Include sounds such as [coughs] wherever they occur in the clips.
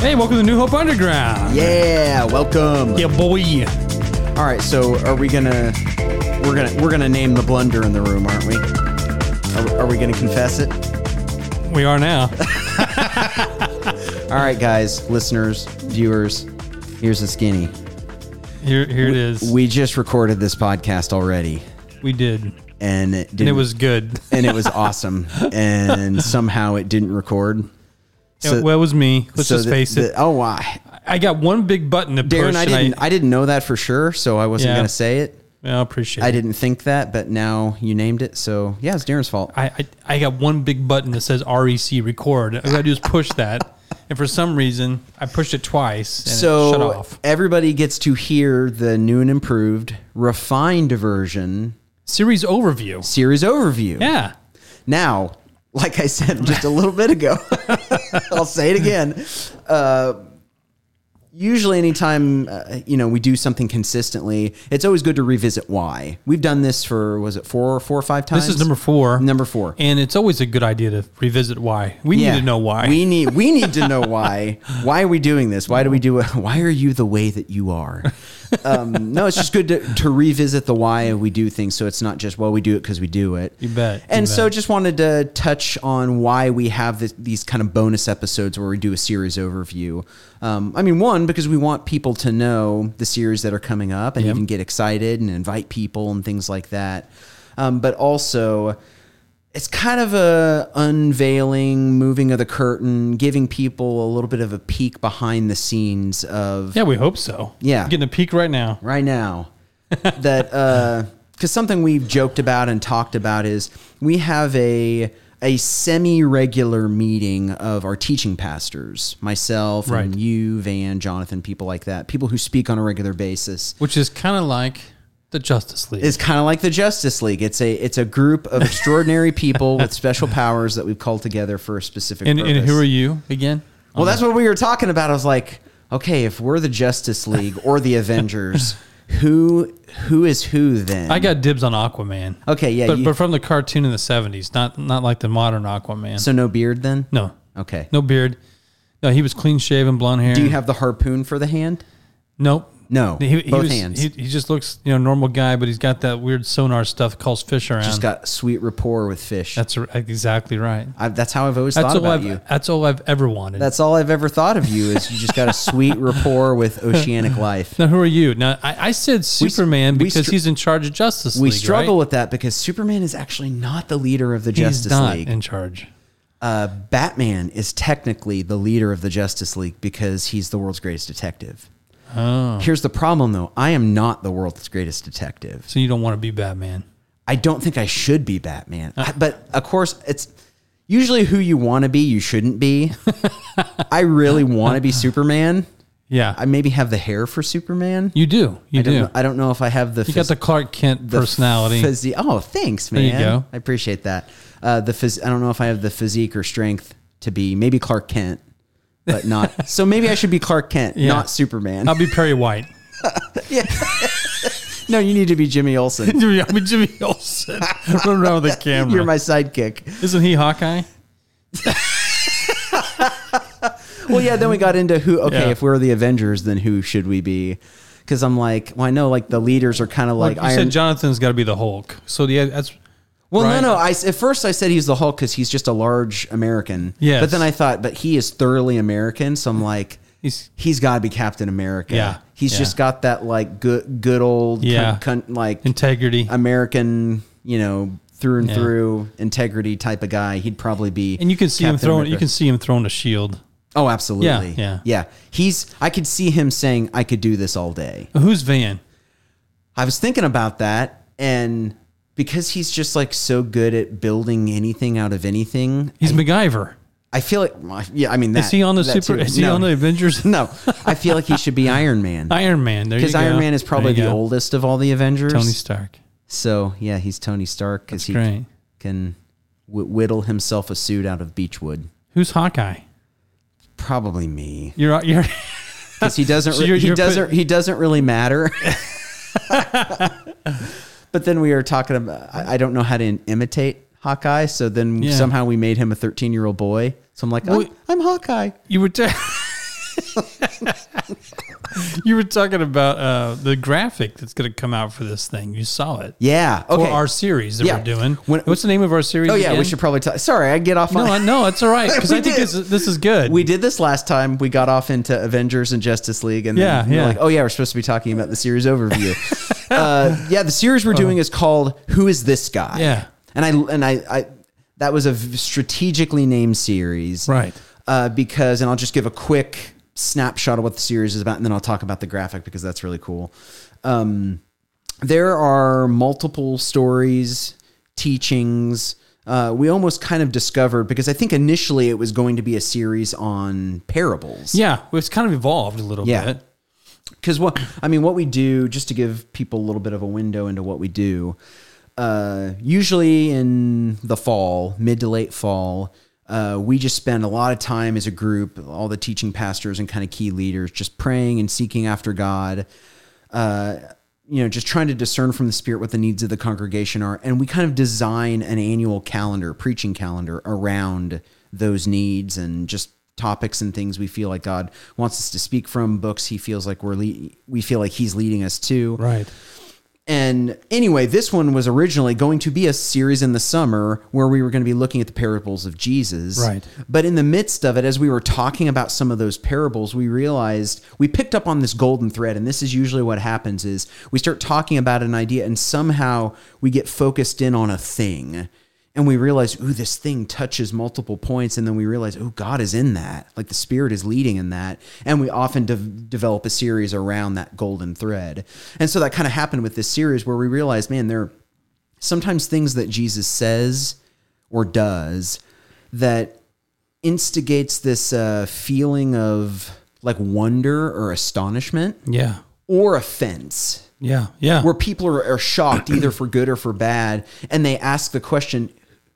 Hey, welcome to New Hope Underground. Yeah, welcome. Yeah, boy. All right, so are we gonna we're gonna we're gonna name the blunder in the room, aren't we? Are, are we gonna confess it? We are [laughs] now. All right, guys, listeners, viewers, here's the skinny. Here, here it is. We, We just recorded this podcast already, did, and and it, didn't, it was good. [laughs] and it was awesome, [laughs] and somehow it didn't record. So- it, well, it was me. Let's so just the- face it. the- oh, I, I got one big button to Darren, push. I and didn't I, didn't know that for sure, so I wasn't Yeah. gonna say it. I, appreciate. I it. didn't think that, but now you named it, so yeah, it's Darren's fault. I, I I got one big button that says REC record. All I got to do is push that, and for some reason, I pushed it twice and it shut so off. everybody gets to hear the new and improved, refined version Series overview. series overview. Yeah. Now, like I said just a little bit ago, [laughs] I'll say it again. Uh, usually, anytime uh, you know we do something consistently, it's always good to revisit why we've done this for was it four, four or five times. This is number four. Number four. And it's always a good idea to revisit why. We Yeah. need to know why. We need we need to know [laughs] why. Why are we doing this? Why do we do it? [laughs] Why are you the way that you are? Um, no, it's just good to, to revisit the why we do things. So it's not just well we do it because we do it. You bet, you And so bet. just wanted to touch on why we have this, these kind of bonus episodes where we do a series overview. Um, I mean, one because we want people to know the series that are coming up and Yep. even get excited and invite people and things like that. Um, but also it's kind of a unveiling, moving of the curtain, giving people a little bit of a peek behind the scenes of yeah, we hope so. Yeah. Getting a peek right now. [laughs] right now that uh because something we've joked about and talked about is we have a a semi-regular meeting of our teaching pastors myself Right. and you van jonathan people like that people who speak on a regular basis which is kind of like the Justice League. is kind of like the Justice League. It's a it's a group of extraordinary people with special powers that we've called together for a specific and, purpose. and who are you again? Well, that's what we were talking about. I was like, okay, if we're the Justice League [laughs] or the Avengers, who who is who then? I got dibs on Aquaman. okay, yeah. but, you- but from the cartoon in the seventies, not not like the modern Aquaman. so no beard then? no, Okay. no beard. No, he was clean shaven, blonde hair. Do you have the harpoon for the hand? Nope. No, He, he both was- hands. He, he just looks, you know, normal guy, but he's got that weird sonar stuff calls fish around. Just got sweet rapport with fish. That's, that's r- exactly right. I, that's how I've always That's thought all about I've. you. That's all I've ever wanted. That's all I've ever thought of you is you just got [laughs] a sweet rapport with oceanic life. now, who are you? Now, I, I said Superman we because str- he's in charge of Justice we League. right? struggle with that because Superman is actually not the leader of the He's Justice not League. in charge. Uh, Batman is technically the leader of the Justice League because he's the world's greatest detective. Oh. Here's the problem, though. I am not the world's greatest detective. So you don't want to be Batman. I don't think I should be Batman. Uh. I- but of course, it's usually who you want to be, you [laughs] shouldn't be. I really want to be Superman. Yeah, I maybe have the hair for Superman. you do. You I don't, do. know, I don't know if I have the you got the Clark Kent personality. Physi- oh, thanks, man. you go. I appreciate that. Uh, the phys- I don't know if I have the physique or strength to be maybe Clark Kent, [laughs] but not. so maybe I should be Clark Kent, Yeah. not Superman. I'll be Perry White. [laughs] no, you need to be [laughs] Jimmy Olsen. [laughs] I'll be Jimmy [laughs] Olsen. Run around with a camera. You're my sidekick. Isn't he Hawkeye? Well, yeah. Then we got into who. Okay, Yeah. if we're the Avengers, then who should we be? Because I'm like, well, I know like the leaders are kind of like you Iron. said Jonathan's got to be the Hulk. So yeah, that's well, right. no, no. I s- at first I said he's the Hulk because he's just a large American. Yes. But then I thought, but he is thoroughly American, so I'm like. he's he's got to be Captain America. Yeah. He's Yeah. just got that like good good old cunt- Yeah. cunt, like integrity. American, you know, through and Yeah. through integrity type of guy. He'd probably be and you can see him Captain throwing. America. You can see him throwing a shield. Oh, absolutely. Yeah, yeah. He's I could see him saying I could do this all day. Who's Van? I was thinking about that and because he's just like so good at building anything out of anything, He's MacGyver. I feel like yeah, I mean that Is he on the that super? too. Is he No. [laughs] on the Avengers? [laughs] No. I feel like he should be Iron Man. Iron Man. [laughs] There you Because go. Iron Man is probably There the you go. oldest of all the Avengers. Tony Stark. so yeah, he's Tony Stark because he Great. can w- whittle himself a suit out of beechwood. Who's Hawkeye? Probably me You're you're. because [laughs] he doesn't. So re- you're- he you're put- doesn't. he doesn't [laughs] really matter. [laughs] but then we were talking about. I, I don't know how to in- imitate Hawkeye, so then Yeah. somehow we made him a thirteen-year-old boy. So I'm like, I'm, Well- I'm Hawkeye. You were. T- You were talking about uh, the graphic that's going to come out for this thing. You saw it. Yeah. For Okay. our series that Yeah. we're doing. When- What's the name of our series? oh yeah, again? we should probably talk. Sorry, I get off No, [laughs] on. I- no, it's all right because We I think did. this is, this is good. we did this last time. We got off into Avengers and Justice League, and Yeah, then we were yeah. like, oh yeah, we're supposed to be talking about the [laughs] series overview. uh, yeah, the series we're doing is called "Who Is This Guy?" Oh. Yeah. and I and I, I that was a v- strategically named series, Right. Uh, because, and I'll just give a quick snapshot of what the series is about, and then I'll talk about the graphic because that's really cool. Um, there are multiple stories, teachings. Uh, we almost kind of discovered because I think initially it was going to be a series on parables. yeah, well, it's kind of evolved a little Yeah. bit. Because what I mean, what we do, just to give people a little bit of a window into what we do, uh, usually in the fall, mid to late fall, uh, we just spend a lot of time as a group, all the teaching pastors and kind of key leaders, just praying and seeking after God. Uh, you know, just trying to discern from the Spirit what the needs of the congregation are, and we kind of design an annual calendar, preaching calendar around those needs and just topics and things we feel like God wants us to speak from, books He feels like we're le- we feel like He's leading us to. Right. And anyway, this one was originally going to be a series in the summer where we were going to be looking at the parables of Jesus. Right. But in the midst of it, as we were talking about some of those parables, we realized we picked up on this golden thread, and this is usually what happens is we start talking about an idea and somehow we get focused in on a thing. And we realize, ooh, this thing touches multiple points. And then we realize, oh, God is in that. Like the Spirit is leading in that. And we often de- develop a series around that golden thread. And so that kind of happened with this series where we realized, man, there are sometimes things that Jesus says or does that instigates this uh, feeling of like wonder or astonishment Yeah. or offense Yeah. Yeah. where people are, [clears throat] are shocked either for good or for bad and they ask the question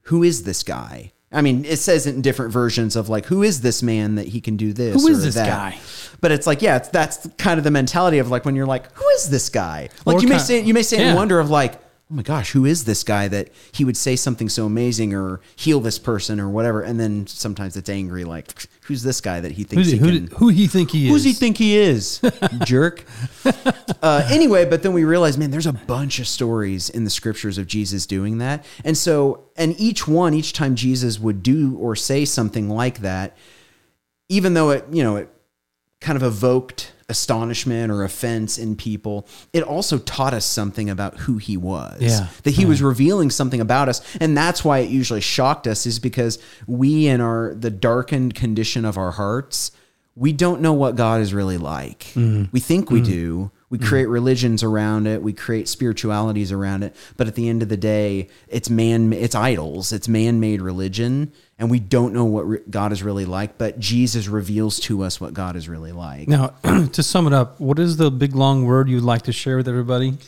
who is this guy i mean it says it in different versions of like who is this man that he can do this Who is or this that? guy? but it's like yeah it's, that's kind of the mentality of like when you're like who is this guy like Or you may kind- say you may say in Yeah. wonder of like oh my gosh who is this guy that he would say something so amazing or heal this person or whatever and then sometimes it's angry like who's this guy that he thinks who, he who, can who he think he is? who does he think he is? [laughs] Jerk. Uh, anyway, but then we realized, man, there's a bunch of stories in the scriptures of Jesus doing that. And so, and each one, each time Jesus would do or say something like that, even though it, you know, it kind of evoked astonishment or offense in people, it also taught us something about who he was. Yeah. That he was revealing something about us. And that's why it usually shocked us, is because we in our the darkened condition of our hearts, we don't know what God is really like. We think we do. We create religions around it. We create spiritualities around it. But at the end of the day, it's man, it's idols, it's man-made religion, and we don't know what re- God is really like. But Jesus reveals to us what God is really like. Now, [clears throat] to sum it up, what is the big long word you'd like to share with everybody?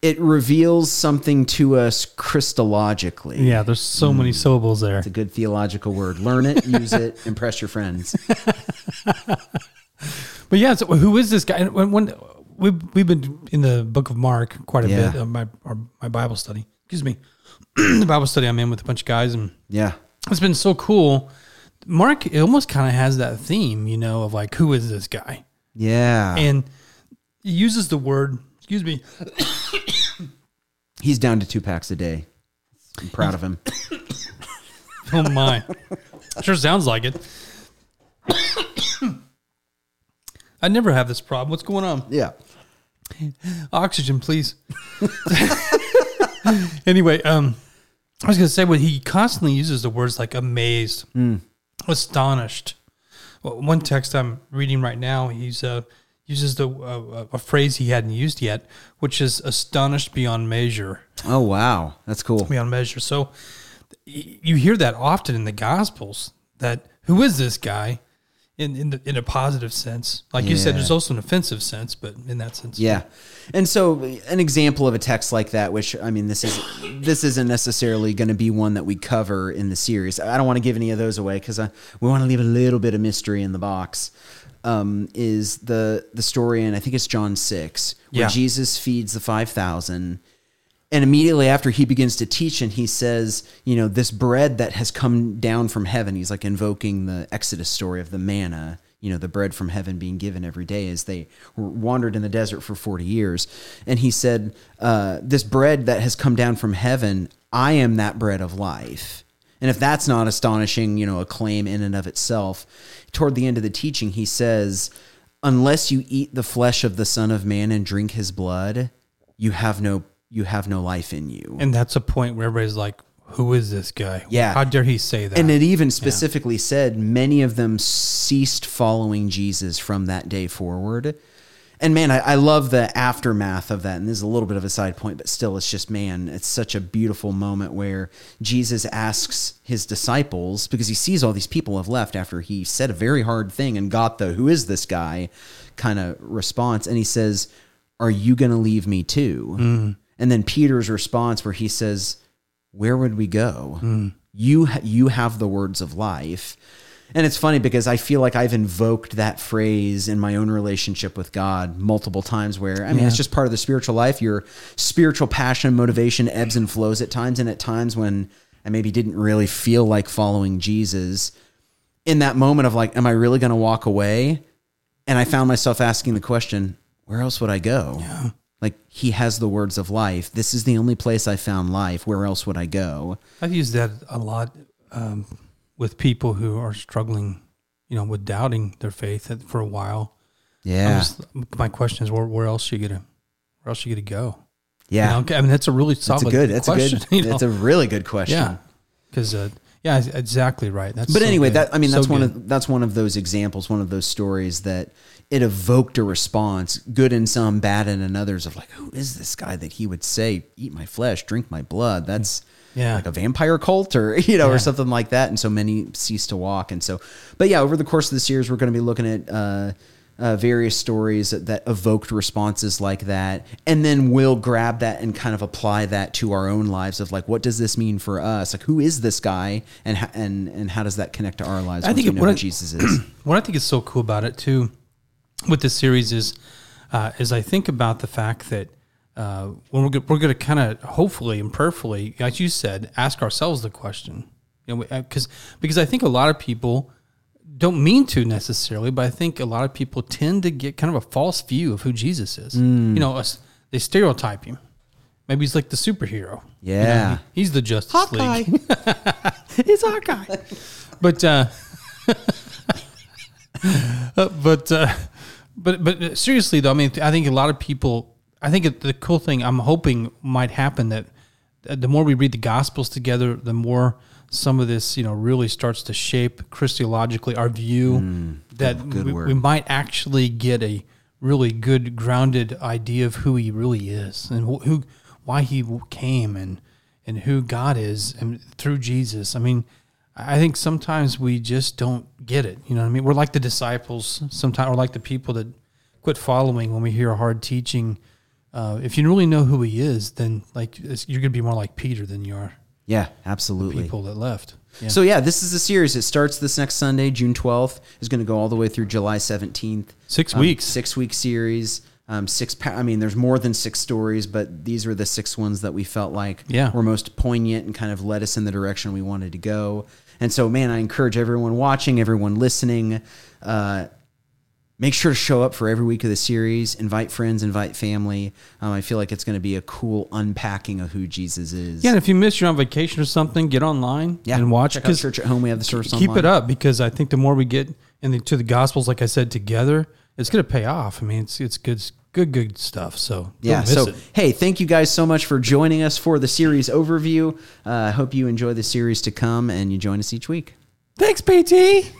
It reveals something to us Christologically. Yeah, there's so many syllables there. It's a good theological word. Learn it, use it, impress your friends. But yeah, so who is this guy? And When, when we've, we've been in the book of Mark quite a Yeah. bit of my, our, my Bible study. Excuse me. [clears throat] the Bible study I'm in with a bunch of guys, and Yeah. it's been so cool. Mark it almost kind of has that theme, you know, of like, who is this guy? Yeah. And he uses the word, excuse me, [laughs] He's down to two packs a day. I'm proud of him. Oh my. sure sounds like it. [coughs] I never have this problem. What's going on? Yeah. Oxygen, please. [laughs] anyway, um I was gonna say when he constantly uses the words like amazed, astonished. Well, one text I'm reading right now, he's uh uses the uh, a phrase he hadn't used yet, which is astonished beyond measure Oh wow. That's cool. beyond measure. So y- you hear that often in the Gospels that who is this guy in in, the, in a positive sense? Like you said, Yeah. there's also an offensive sense, but in that sense, Yeah. And so an example of a text like that, which I mean this is this isn't necessarily going to be one that we cover in the series. I don't want to give any of those away because we want to leave a little bit of mystery in the box. Um, is the the story in I think it's John six where Yeah. Jesus feeds the five thousand and immediately after he begins to teach and he says you know this bread that has come down from heaven he's like invoking the exodus story of the manna you know, the bread from heaven being given every day as they were wandered in the desert for 40 years. And he said, uh, This bread that has come down from heaven, I am that bread of life. And if that's not astonishing, you know, a claim in and of itself, toward the end of the teaching, he says, Unless you eat the flesh of the Son of Man and drink his blood, you have no you have no life in you. And that's a point where everybody's like, who is this guy? Yeah. How dare he say that? And it even specifically said many of them ceased following Jesus from that day forward. And man, I, I love the aftermath of that. And this is a little bit of a side point, but still, it's just, man, it's such a beautiful moment where Jesus asks his disciples, because he sees all these people have left after he said a very hard thing and got the who is this guy kind of response. And he says, Are you going to leave me too? And then Peter's response, where he says, where would we go? You ha- you have the words of life. And it's funny because I feel like I've invoked that phrase in my own relationship with God multiple times where I mean it's just part of the spiritual life. Your spiritual passion, motivation ebbs and flows at times and at times when I maybe didn't really feel like following Jesus in that moment of like am I really going to walk away? And I found myself asking the question, where else would I go? Like he has the words of life. This is the only place I found life. Where else would I go? I've used that a lot um, with people who are struggling, you know, with doubting their faith at- for a while. I Yeah. was- my question is, where, where else are you gonna, where else are you gonna go? You yeah. know, okay, I mean, that's a really That's solid a good. That's question. [laughs] a good. you know? That's a really good question. yeah, because uh, yeah, it's- exactly right. That's But so anyway, good. that I mean, So that's one good. of that's one of those examples, one of those stories that it evoked a response, good in some, bad in another's, of like, who is this guy that he would say, "Eat my flesh, drink my blood"? That's Yeah. like a vampire cult, or [laughs] you know, or something like that. And so many cease to walk, and so, but yeah, over the course of the series, we're going to be looking at. Uh, uh, various stories that, that evoked responses like that, and then we'll grab that and kind of apply that to our own lives of like, what does this mean for us? Like, who is this guy, and ho- and and how does that connect to our lives? I once think we it- know what who I- [clears throat] Jesus is. what I think is so cool about it too, with this series is, uh, is I think about the fact that uh, when we're go- we're going to kind of hopefully and prayerfully, as you said, ask ourselves the question, you know, because because I think a lot of people don't mean to necessarily, but I think a lot of people tend to get kind of a false view of who Jesus is. You know, us they stereotype him. Maybe he's like the superhero. You know, Yeah. he- he's the Justice [laughs] League. He's our guy. but uh, [laughs] uh, but uh, but but seriously though, I mean, I think a lot of people. I think it- the cool thing I'm hoping might happen that uh, the more we read the Gospels together, the more some of this you know really starts to shape Christologically our view that we, we might actually get a really good grounded idea of who he really is and wh- who why he w- came and and who God is and through Jesus. I mean, I think sometimes we just don't get it. You know what I mean? We're like the disciples sometimes, or like the people that quit following when we hear hard teaching. Uh, if you really know who he is, then like it's- you're going to be more like Peter than you are yeah, absolutely. people that left. Yeah. So yeah, this is a series. It starts this next Sunday, June twelfth. Is going to go all the way through July seventeenth. Six weeks. Um, Six week series. Um, six. Pa- I mean, there's more than six stories, but these were the six ones that we felt like Yeah. were most poignant and kind of led us in the direction we wanted to go. And so, man, I encourage everyone watching, everyone listening. Uh, make sure to show up for every week of the series. Invite friends, invite family. Um, I feel like it's going to be a cool unpacking of who Jesus is. Yeah, and if you miss, you're on vacation or something, get online Yeah. and watch. Check out 'cause Church at Home. We have the service keep online. it up because I think the more we get into the Gospels, like I said, together, it's going to pay off. I mean, it's it's good, good, good stuff. So don't yeah miss so it. hey thank you guys so much for joining us for the series overview Uh, i hope you enjoy the series to come and you join us each week thanks, PT.